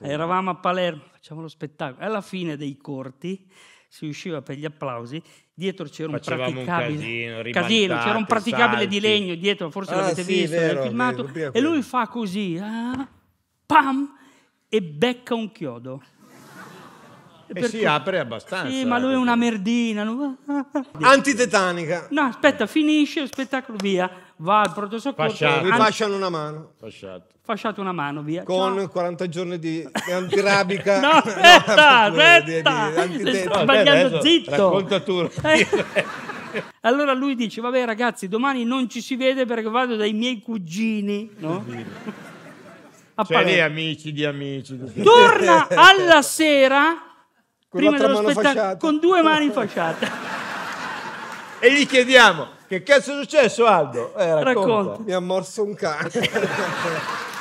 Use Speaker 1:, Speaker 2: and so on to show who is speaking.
Speaker 1: Eravamo a Palermo, facciamo lo spettacolo. Alla fine dei corti si usciva per gli applausi, dietro c'era un
Speaker 2: Facevamo un
Speaker 1: praticabile.
Speaker 2: casino,
Speaker 1: c'era un
Speaker 2: ribaltate,
Speaker 1: praticabile di
Speaker 2: salti.
Speaker 1: legno dietro, forse
Speaker 3: Ah,
Speaker 1: l'avete
Speaker 3: sì,
Speaker 1: visto
Speaker 3: vero,
Speaker 1: nel filmato.
Speaker 3: vero, via
Speaker 1: e lui
Speaker 3: quello.
Speaker 1: fa così, ah, pam, e becca un chiodo.
Speaker 2: E si apre abbastanza.
Speaker 1: Eh,
Speaker 2: eh.
Speaker 1: Sì, ma lui è una merdina. non-
Speaker 3: Antitetanica.
Speaker 1: ah. No, aspetta, finisce il spettacolo, via. Va al pronto soccorso.
Speaker 2: Fasciato.
Speaker 3: Mi
Speaker 1: anzi,
Speaker 3: fasciano una mano.
Speaker 2: Fasciato.
Speaker 1: fasciato una mano, via.
Speaker 3: Con
Speaker 1: Ciao.
Speaker 3: 40 giorni di di antirabica.
Speaker 1: No, aspetta,
Speaker 3: No, scusa, di- di
Speaker 1: aspetta.
Speaker 3: antitetanica.
Speaker 1: No, sbagliando
Speaker 2: adesso
Speaker 1: zitto.
Speaker 2: Racconta tu.
Speaker 1: Eh. Allora lui dice, vabbè ragazzi, domani non ci si vede perché vado dai miei cugini, no? A
Speaker 2: Cioè lì
Speaker 1: Palermo.
Speaker 2: amici di amici. tutti.
Speaker 1: Torna alla sera,
Speaker 3: Con
Speaker 1: prima
Speaker 3: l'altra
Speaker 1: dello
Speaker 3: mano
Speaker 1: spettacolo,
Speaker 3: fasciata.
Speaker 1: con due mani fasciate.
Speaker 2: E gli chiediamo, che cazzo è successo Aldo? Eh, racconta.
Speaker 1: Racconta.
Speaker 3: Mi ha morso un cane.